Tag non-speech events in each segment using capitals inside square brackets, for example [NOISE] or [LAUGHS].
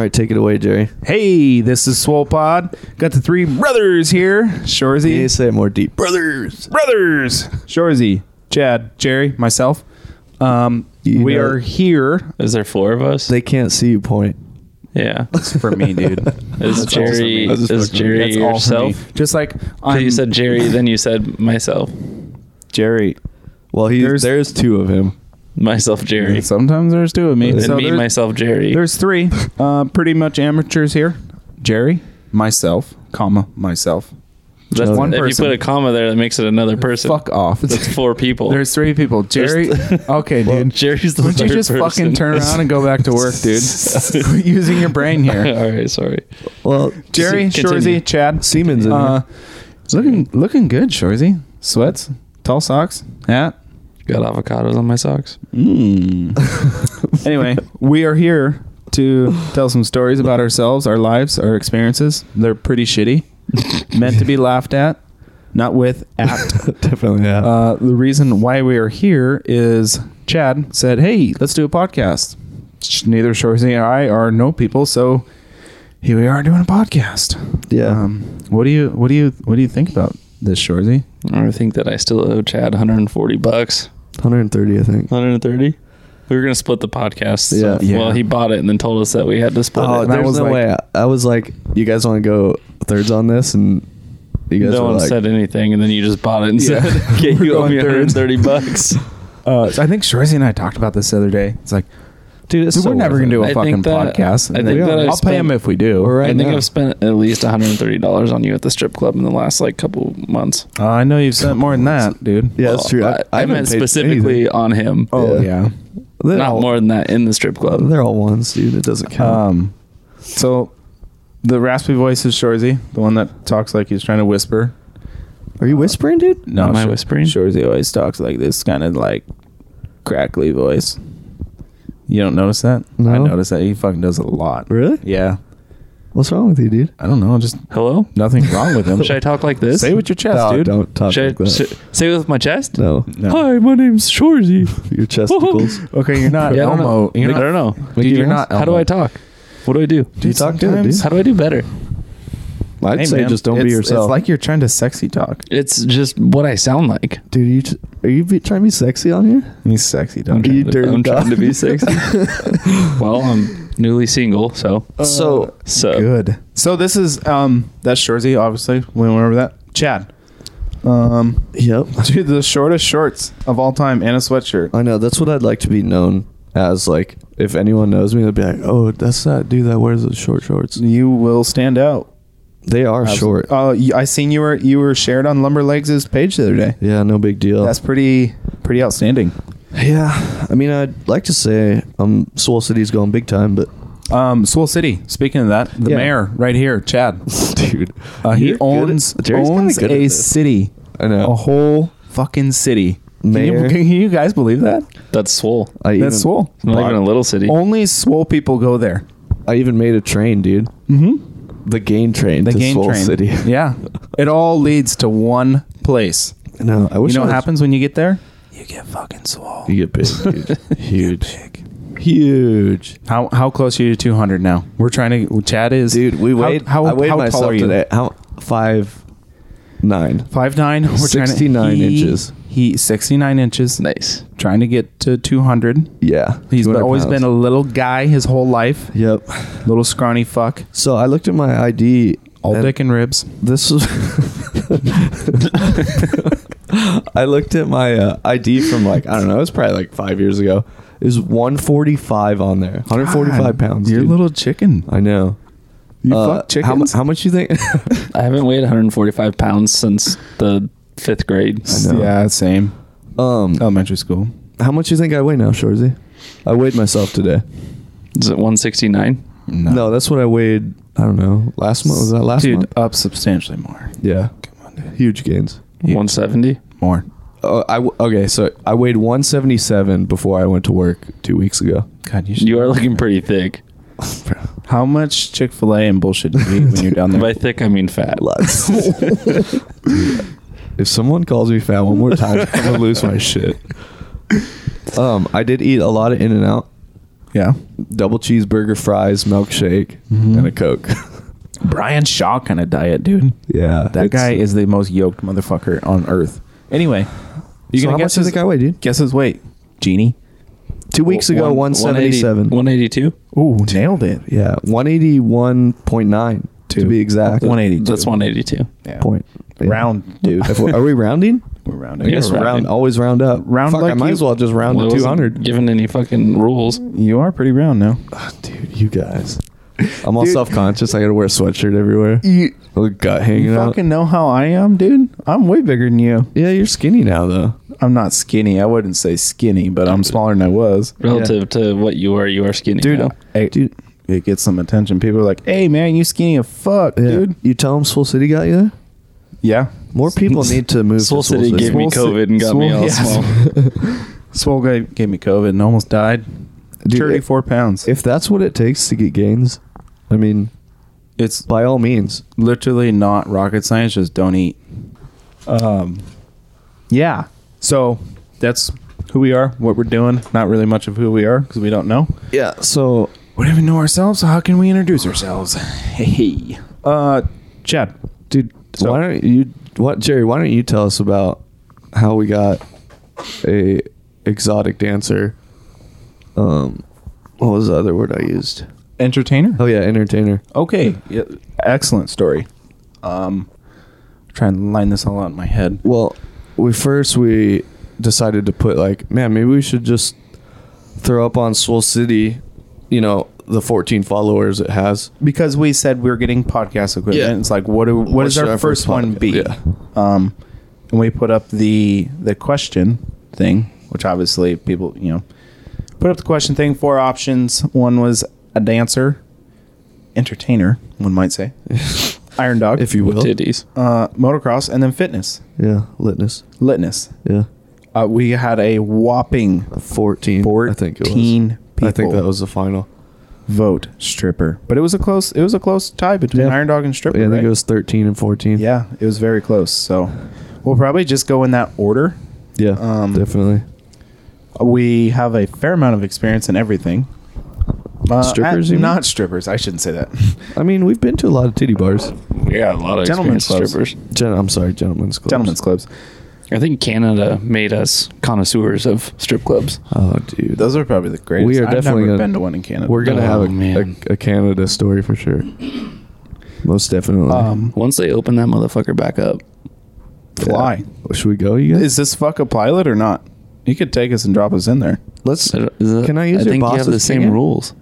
right, take it away, Jerry. Hey, this is Swole Pod. Got the three brothers here. Shorzy. You need to say it more deep. Brothers. Brothers. Shorzy, Chad, Jerry, myself. Um, You we know- are here. Is there four of us? They can't see you point. [LAUGHS] yeah. [LAUGHS] That's for me, [LAUGHS] dude. Is That's all for me. Jerry That's just is fucking- Jerry That's all for me. yourself? Just like 'Cause I'm, You said Jerry, then you said myself. Jerry. Well, he, There's- there's, two of him. Myself Jerry. And sometimes there's two of me. And So me, there's, myself, Jerry. there's three. Uh, pretty much amateurs here. Jerry, myself, comma, myself. That's, one if person. you put a comma there, that makes it another person. Fuck off. [LAUGHS] That's four people. There's three people. Jerry. [LAUGHS] okay, dude. Jerry's the Why don't you third just fucking person. turn [LAUGHS] around and go back to work, dude? [LAUGHS] Quit using your brain here. [LAUGHS] All right, sorry. [LAUGHS] Well, Jerry, Continue. Shorzy, Chad, Siemens in Uh, here. looking looking good, Shorzy. Sweats, tall socks, hat. Got avocados on my socks. Hmm. [LAUGHS] anyway, we are here to tell some stories about ourselves, our lives, our experiences. They're pretty [LAUGHS] shitty. Meant to be laughed at, not with at. [LAUGHS] Definitely not. Uh, the reason why we are here is Chad said, "Hey, let's do a podcast." Sh- Neither Shorzy and I are no people, so here we are doing a podcast. Um, Yeah. what do you What do you What do you think about this, Shorzy? I think that I still owe Chad 140 bucks. 130, I think. 130. We were gonna split the podcast. so- Yeah. Yeah. Well, he bought it and then told us that we had to split Oh, it. and I there's was no like- way. I was like, you guys want to go thirds on this, and you guys no were one like, said anything, and then you just bought it and Yeah. said, "Okay, We're you owe going me thirds. 130 bucks." Uh, so I think Shorzy and I talked about this the other day. It's like, "Dude, dude, we're never gonna do a I fucking think that- podcast. I think I'll that I pay spent- him if we do. We're I right think now. I've spent at least 130 dollars on you at the strip club in the last like couple months. Uh, I know you've spent more than that, dude. Yeah, that's Well, true. I, I haven't meant paid specifically anything. on him. Oh yeah. Yeah. They're Not all- more than that in the strip club. They're all ones, dude. It doesn't count. Um, so the raspy voice is Shorzy, the one that talks like he's trying to whisper. Uh, Are you whispering, dude? No, Am I whispering? Shorzy always talks like this kind of like crackly voice. You don't notice that? No. I notice that he fucking does a lot. Really? Yeah. What's wrong with you, dude? I don't know. Just Hello. nothing wrong with him. [LAUGHS] Should I talk like this? Say with your chest, No, dude. don't talk Should I, like that. should, say it with my chest? No, No. Hi, my name's Shorzy. [LAUGHS] your chesticles. Okay, you're not [LAUGHS] Yeah, I don't Elmo. know. You're I not, don't know. Dude, you're not. How do Elmo. I talk? What do I do? You talk good, sometimes- dude. How do I do better? I'd Hey, say man, just don't be it's- yourself, It's like you're trying to sexy talk. It's just what I sound like. dude. You t- are you be- trying to be sexy on here? He's sexy I'm talk. You trying, to, dirty I'm trying dog. to be sexy. [LAUGHS] [LAUGHS] well, I'm newly single, so so so Good. So this is um that's Shorzy, obviously. We went over that. Chad. Um yep, [LAUGHS] dude, the shortest shorts of all time and a sweatshirt. I know. That's what I'd like to be known as. Like, if anyone knows me, they'd be like, "Oh, that's that dude that wears those short shorts." You will stand out. They are short. Uh, y- I seen you were you were shared on Lumberlegs' page the other day. yeah, no big deal. That's pretty pretty outstanding. yeah, I mean, I'd like to say um, Soul City's going big time, but [LAUGHS] Um, Swole City. Speaking of that, the Yeah. mayor right here, Chad. dude, Uh, he you're good owns at- Jerry's kinda owns good at a this. city, I know. a whole fucking city. Can you- Mayor. can [LAUGHS] you guys believe that? that's swole. I even, That's swole. It's not even a little city. Only swole people go there. I even made a train, dude. Mm-hmm. The gain train the to game Soul train. City. Yeah, it all leads to one place. [LAUGHS] No, I wish You know I what was- happens when you get there? You get fucking swole. You get big, [LAUGHS] dude. huge, huge, How how close are you to 200 now? We're trying to. Chad is dude. We How- weighed. How, I weighed how myself tall are you? today. How five nine? Five nine. We're trying to- 69 he- inches. He 69 inches. nice. Trying to get to 200. Yeah, He's 200 always pounds. been a little guy his whole life. Yep. Little scrawny fuck. So I looked at my ID. All and dick and ribs. This was. [LAUGHS] I looked at my uh, ID from like I don't know. It was probably like five years ago. Is one forty five on there? One hundred forty five God, pounds. You're a dude. little chicken. I know. You Uh, fuck how, mu- chickens. how much you think? [LAUGHS] I haven't weighed 145 pounds since the fifth grade. I know. Yeah, same. um, Elementary school. how much you think I weigh now, Shorzy? I weighed myself today. Is it 169? No. that's what I weighed. I don't know. Last month was that last Dude, month? up substantially more. Yeah, Come on, dude. huge gains. 170? More. Uh, I w- okay, so I weighed 177 before I went to work two weeks ago. God, you should. You are looking pretty thick. How much Chick Fil A and bullshit do you eat when you're down [LAUGHS] there? By thick, I mean [LAUGHS] fat. Lots. if someone calls me fat one more time, I'm gonna lose my shit. Um, I did eat a lot of In and Out. Yeah. double cheeseburger, fries, milkshake, Mm-hmm. and a coke. [LAUGHS] Brian Shaw kind of diet, dude. yeah, That it's- guy is the most yoked motherfucker on earth. Anyway, you so gonna how guess much does his the guy weigh, dude? guess his weight, genie. Two weeks ago, one seventy seven. 182. Ooh, nailed it. Yeah, one eighty one point nine to Two. be exact. One eighty. That's 182. Yeah. point. Yeah. Round, dude. If we- Are we [LAUGHS] rounding? We're rounding. Yes, round. rounding. Always round up. Round Fuck, I like might you- as well just round Well, I to two wasn't hundred. Given any fucking rules. You are pretty round now. Dude, you guys. I'm all Dude. self conscious. I gotta wear a sweatshirt everywhere. You, Little gut hanging out. fucking know how I am, dude. I'm way bigger than you. yeah, you're skinny now though. I'm not skinny. I wouldn't say skinny, but I'm smaller than I was. Relative to what you are, you are skinny. Dude, now. hey, dude, it gets some attention. People are like, "Hey, man, you skinny as fuck, Yeah. dude." you tell them Swole City got you there. Yeah, More [LAUGHS] people need to move. Soul to Swole City gave Swole me Ci- COVID and got me Swole- all yeah. small. [LAUGHS] Swole guy gave me COVID and almost died. Dude, Thirty-four pounds. If that's what it takes to get gains, I mean, it's by all means. literally not rocket science. Just don't eat. Um, yeah. So that's who we are, what we're doing. Not really much of who we are because we don't know. Yeah. So We don't even know ourselves. So how can we introduce ourselves? [LAUGHS] Hey, uh, Chad. dude So- why don't you what jerry why don't you tell us about how we got a exotic dancer um what was the other word i used Entertainer. oh yeah entertainer Okay. Yeah, excellent story. Um, trying to line this all out in my head. well we first we decided to put like man maybe we should just throw up on swole city you know the 14 followers it has because we said we were getting podcast equipment. Yeah. It's like, what do, what What does should our our first, first one podcast- be? yeah. Um, and we put up the the question thing, which obviously people you know put up the question thing. Four options. One was a dancer, entertainer, one might [LAUGHS] say, Iron Dog, if you will Titties. uh, motocross, and then fitness, yeah litness litness. yeah Uh, we had a whopping 14 fourteen i think it was people i think that was the final vote stripper, but it was a close it was a close tie between Yeah. Iron Dog and stripper. yeah, i think right? it was 13 and 14 Yeah, it was very close. So we'll probably just go in that order. yeah Um, definitely We have a fair amount of experience in everything. Uh, Strippers, uh, you mean? not strippers. I shouldn't say that. [LAUGHS] I mean, we've been to a lot of titty bars. Yeah, a lot of Gentlemen's experienced clubs. strippers. Gen- I'm sorry, gentlemen's clubs. Gentlemen's clubs. I think Canada made us connoisseurs of strip clubs. Oh, dude, Those are probably the greatest. We are definitely I've never gonna- been to one in Canada. we're gonna Oh, have man. a, a, a Canada story for sure. Most definitely. um, Once they open that motherfucker back up, Yeah. fly. Should we go? You guys? Is this fuck a pilot or not? You could take us and drop us in there. Let's. I don't- is it- Can I use I your think you have boss's the same finger? rules.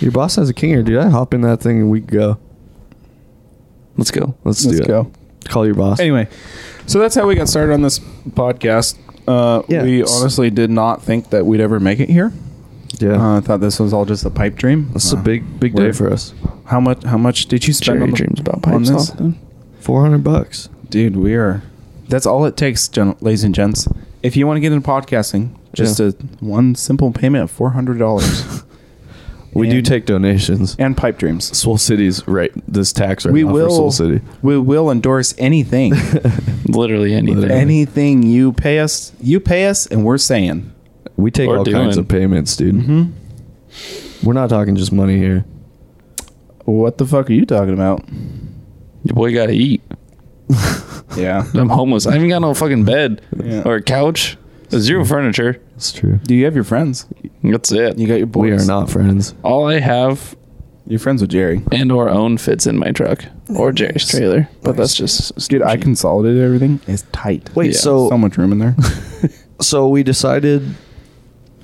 Your boss has a kinger, dude. I hop in that thing and we go. Let's go. Let's, Let's do go. it. Call your boss. Anyway, so that's how we got started on this podcast. Uh, Yeah. We honestly did not think that we'd ever make it here. yeah, Uh, I thought this was all just a pipe dream. that's Uh, a big, big we're- day for us. How much? How much did you spend Cherry on the, dreams about on pipes. this? Austin. Four hundred bucks. Dude, we are. That's all it takes, gen- ladies and gents. If you want to get into podcasting, just Yeah. a one simple payment of four [LAUGHS] hundred dollars We do And- take donations. and pipe dreams. Soul City's right. This tax right we now for will. Soul City. [LAUGHS] We will endorse anything, Literally anything. Literally. anything you pay us. You pay us, and we're saying We take Or all kinds doing. of payments, dude. Mhm. We're not talking just money here. What the fuck are you talking about? Your boy got to eat. Yeah. [LAUGHS] I'm homeless. I haven't got no fucking bed Yeah. or couch. Zero furniture. [LAUGHS] That's true. Do you have your friends? That's it. You got your boys. We are not friends. All I have You're friends with Jerry. and or own fits in my truck or Jerry's trailer, but that's just Dude, I consolidated everything. It's tight. Wait, Yeah. so so much room [LAUGHS] in there. so we decided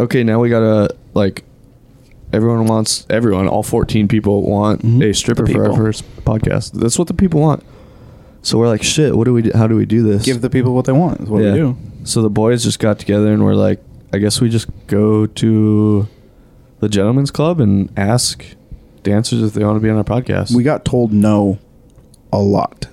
okay now we gotta like everyone wants everyone all 14 people want Mhm. a stripper The for our people. first podcast that's what the people want so we're like shit what do we do? how do we do this Give the people what they want. Is what Yeah. we do. so the boys just got together and we're like i guess we just go to the gentlemen's club and ask dancers if they want to be on our podcast We got told no a lot.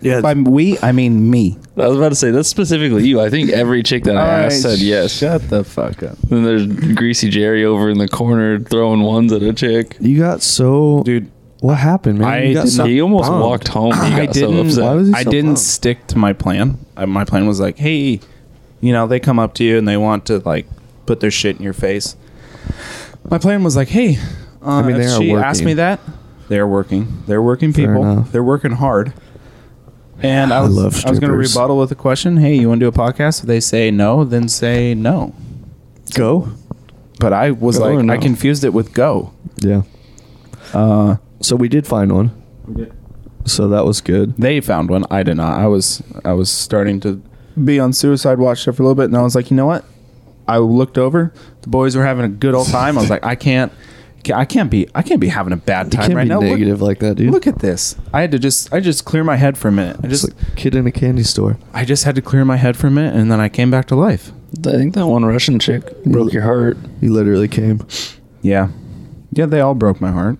yeah By we, I mean me. I was about to say that's specifically you. I think every chick that I asked said yes. Shut the fuck up. Then there's greasy Jerry over in the corner throwing ones at a chick. you got so Dude, what happened man I you got did so not- He almost bummed. walked home. [LAUGHS] He I got so didn't. upset. Why was he I so didn't bummed? stick to my plan. I, my plan was like, hey, you know, they come up to you and they want to like put their shit in your face. my plan was like, hey, uh, mean, if they are she asked working. me that. They're working. They're working Fair people. enough. They're working hard. And I I was, I love was going to strippers. rebuttal with a question. Hey, you want to do a podcast? If they say no, then say no. Go. But I was Go or like, no? I confused it with go. Yeah. Uh, So we did find one. So that was good. they found one. I did not. I was I was starting to be on suicide watch there for a little bit, and I was like, you know what? I looked over. The boys were having a good old time. I was like, I can't, I can't be, I can't be having a bad You time can't right be now. Look- negative like that, dude. Look at this. I had to just I just clear my head for a minute. I It's just like kid in a candy store. I just had to clear my head for a minute and then I came back to life. I think that one Russian chick broke your heart. He literally came. Yeah. Yeah, they all broke my [LAUGHS] heart.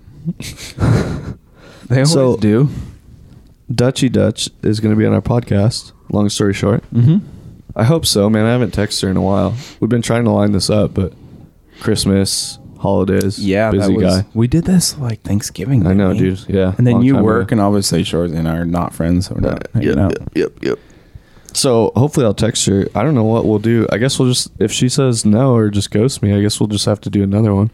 they always So- do. Dutchy Dutch is going to be on our podcast. Long story short, Mhm. I hope so, man. I haven't texted her in a while. We've been trying to line this up, but Christmas, holidays, Yeah, busy that was, guy. We did this like Thanksgiving. I know, didn't we? dude. Yeah, And then long you time work ago. and obviously Shores and I are not friends. So we're not hanging out. yep, yep. So hopefully I'll text her. I don't know what we'll do. I guess we'll just if she says no or just ghosts me, I guess we'll just have to do another one.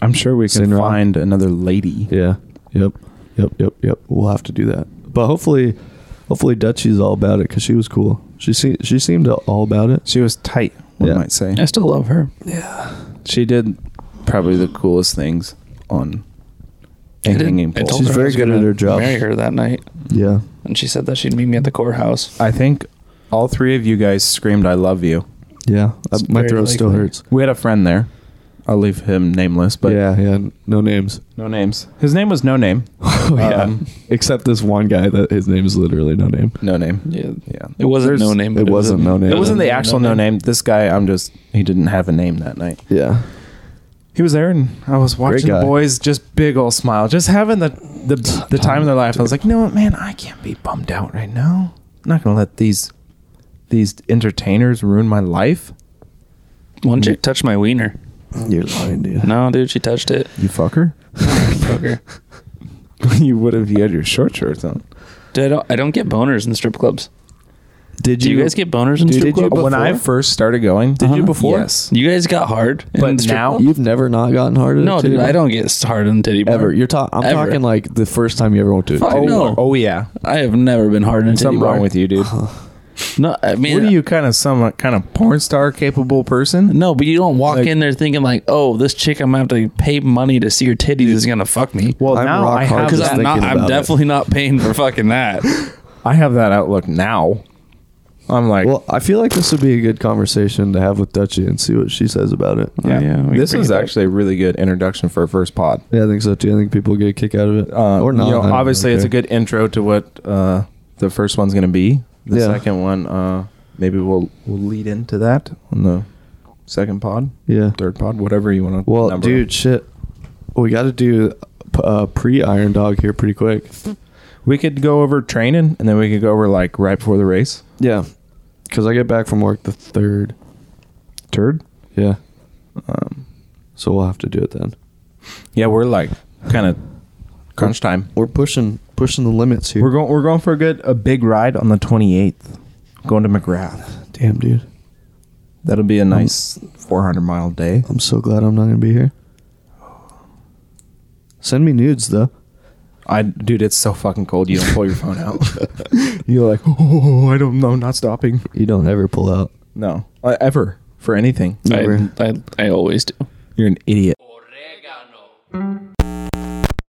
I'm sure we can Sitting around. find another lady. Yeah. Yep. Yep. Yep. Yep. We'll have to do that. But hopefully, hopefully Dutchie's all about it because she was cool. She se- she seemed all about it. She was tight, one Yeah. might say. I still love her. She did probably the coolest things on I a did- hanging I pole. told She's her I very was good at gonna her job. Marry her that night, Yeah. and she said that she'd meet me at the courthouse. I think all three of you guys screamed "I love you." Yeah. It's my very throat still likely. hurts. We had a friend there. I'll leave him nameless, but yeah. Yeah. No names. [LAUGHS] no names. His name was no name. oh, yeah. Um, Except this one guy that his name is literally no name. No name. Yeah, Yeah. It wasn't There's- no name. it but wasn't was a- no name. It wasn't the No actual no name. This guy, I'm just he didn't have a name that night. Yeah. He was there, and I was watching the guy. boys, just big old smile, just having the the, the time of their life. I was like, you know what, man, I can't be bummed out right now. I'm not gonna let these these entertainers ruin my life. One chick touched my wiener. You're lying, dude. No, dude, she touched it. You fucker. [LAUGHS] Fucker. you would have you had your short shorts on. Dude, I don't, I don't get boners in strip clubs. Did Do you guys get boners in Dude, strip did you clubs? before? When I first started going, did you before? Uh-huh. Yes. You guys got hard, in But the strip now- club? You've never not gotten hard at a no, titty dude, bar? I don't get hard in titty bar. Ever. You're talking. I'm Ever. talking like the first time you ever went to a Fuck titty no. bar. Oh yeah. I have never been hard in a titty Something bar. wrong with you, [LAUGHS] dude. No, I mean, What are you kind of some kind of porn star capable person? No, but you don't walk Like- in there thinking like, oh, this chick I'm gonna have to pay money to see her titties is gonna fuck me. Well, I'm now rock I hard have Because just I'm that. thinking not, I'm about it. definitely not paying for fucking that. I have that outlook now. I'm like, Well, I feel like this would be a good conversation to have with Dutchie and see what she says about it. yeah, we can this bring is it back. actually a really good introduction for a first pod. Yeah, I think so too. I think people get a kick out of it, Uh, or not. You know, I don't obviously, really it's a care. good intro to what uh, the first one's going to be. The Yeah. second one, uh, maybe we'll we'll lead into that on the second pod, Yeah. third pod, whatever you want to. Well, dude, shit, we got to do uh, pre Iron Dog here pretty quick. we could go over training, and then we could go over like right before the race. Yeah, because I get back from work the third. Turd. Yeah, Um, so we'll have to do it then. yeah, we're like kind of crunch time. We're pushing pushing the limits here. We're going. We're going for a good a big ride on the 28th. Going to McGrath. Damn, dude, That'll be a nice 400 mile day. I'm so glad I'm not gonna be here. Send me nudes though. I dude, it's so fucking cold. You don't pull your phone out. [LAUGHS] You're like, oh, I don't know, I'm not stopping. You don't ever pull out. No, uh, ever for anything. Never. I, I, I always do. You're an idiot.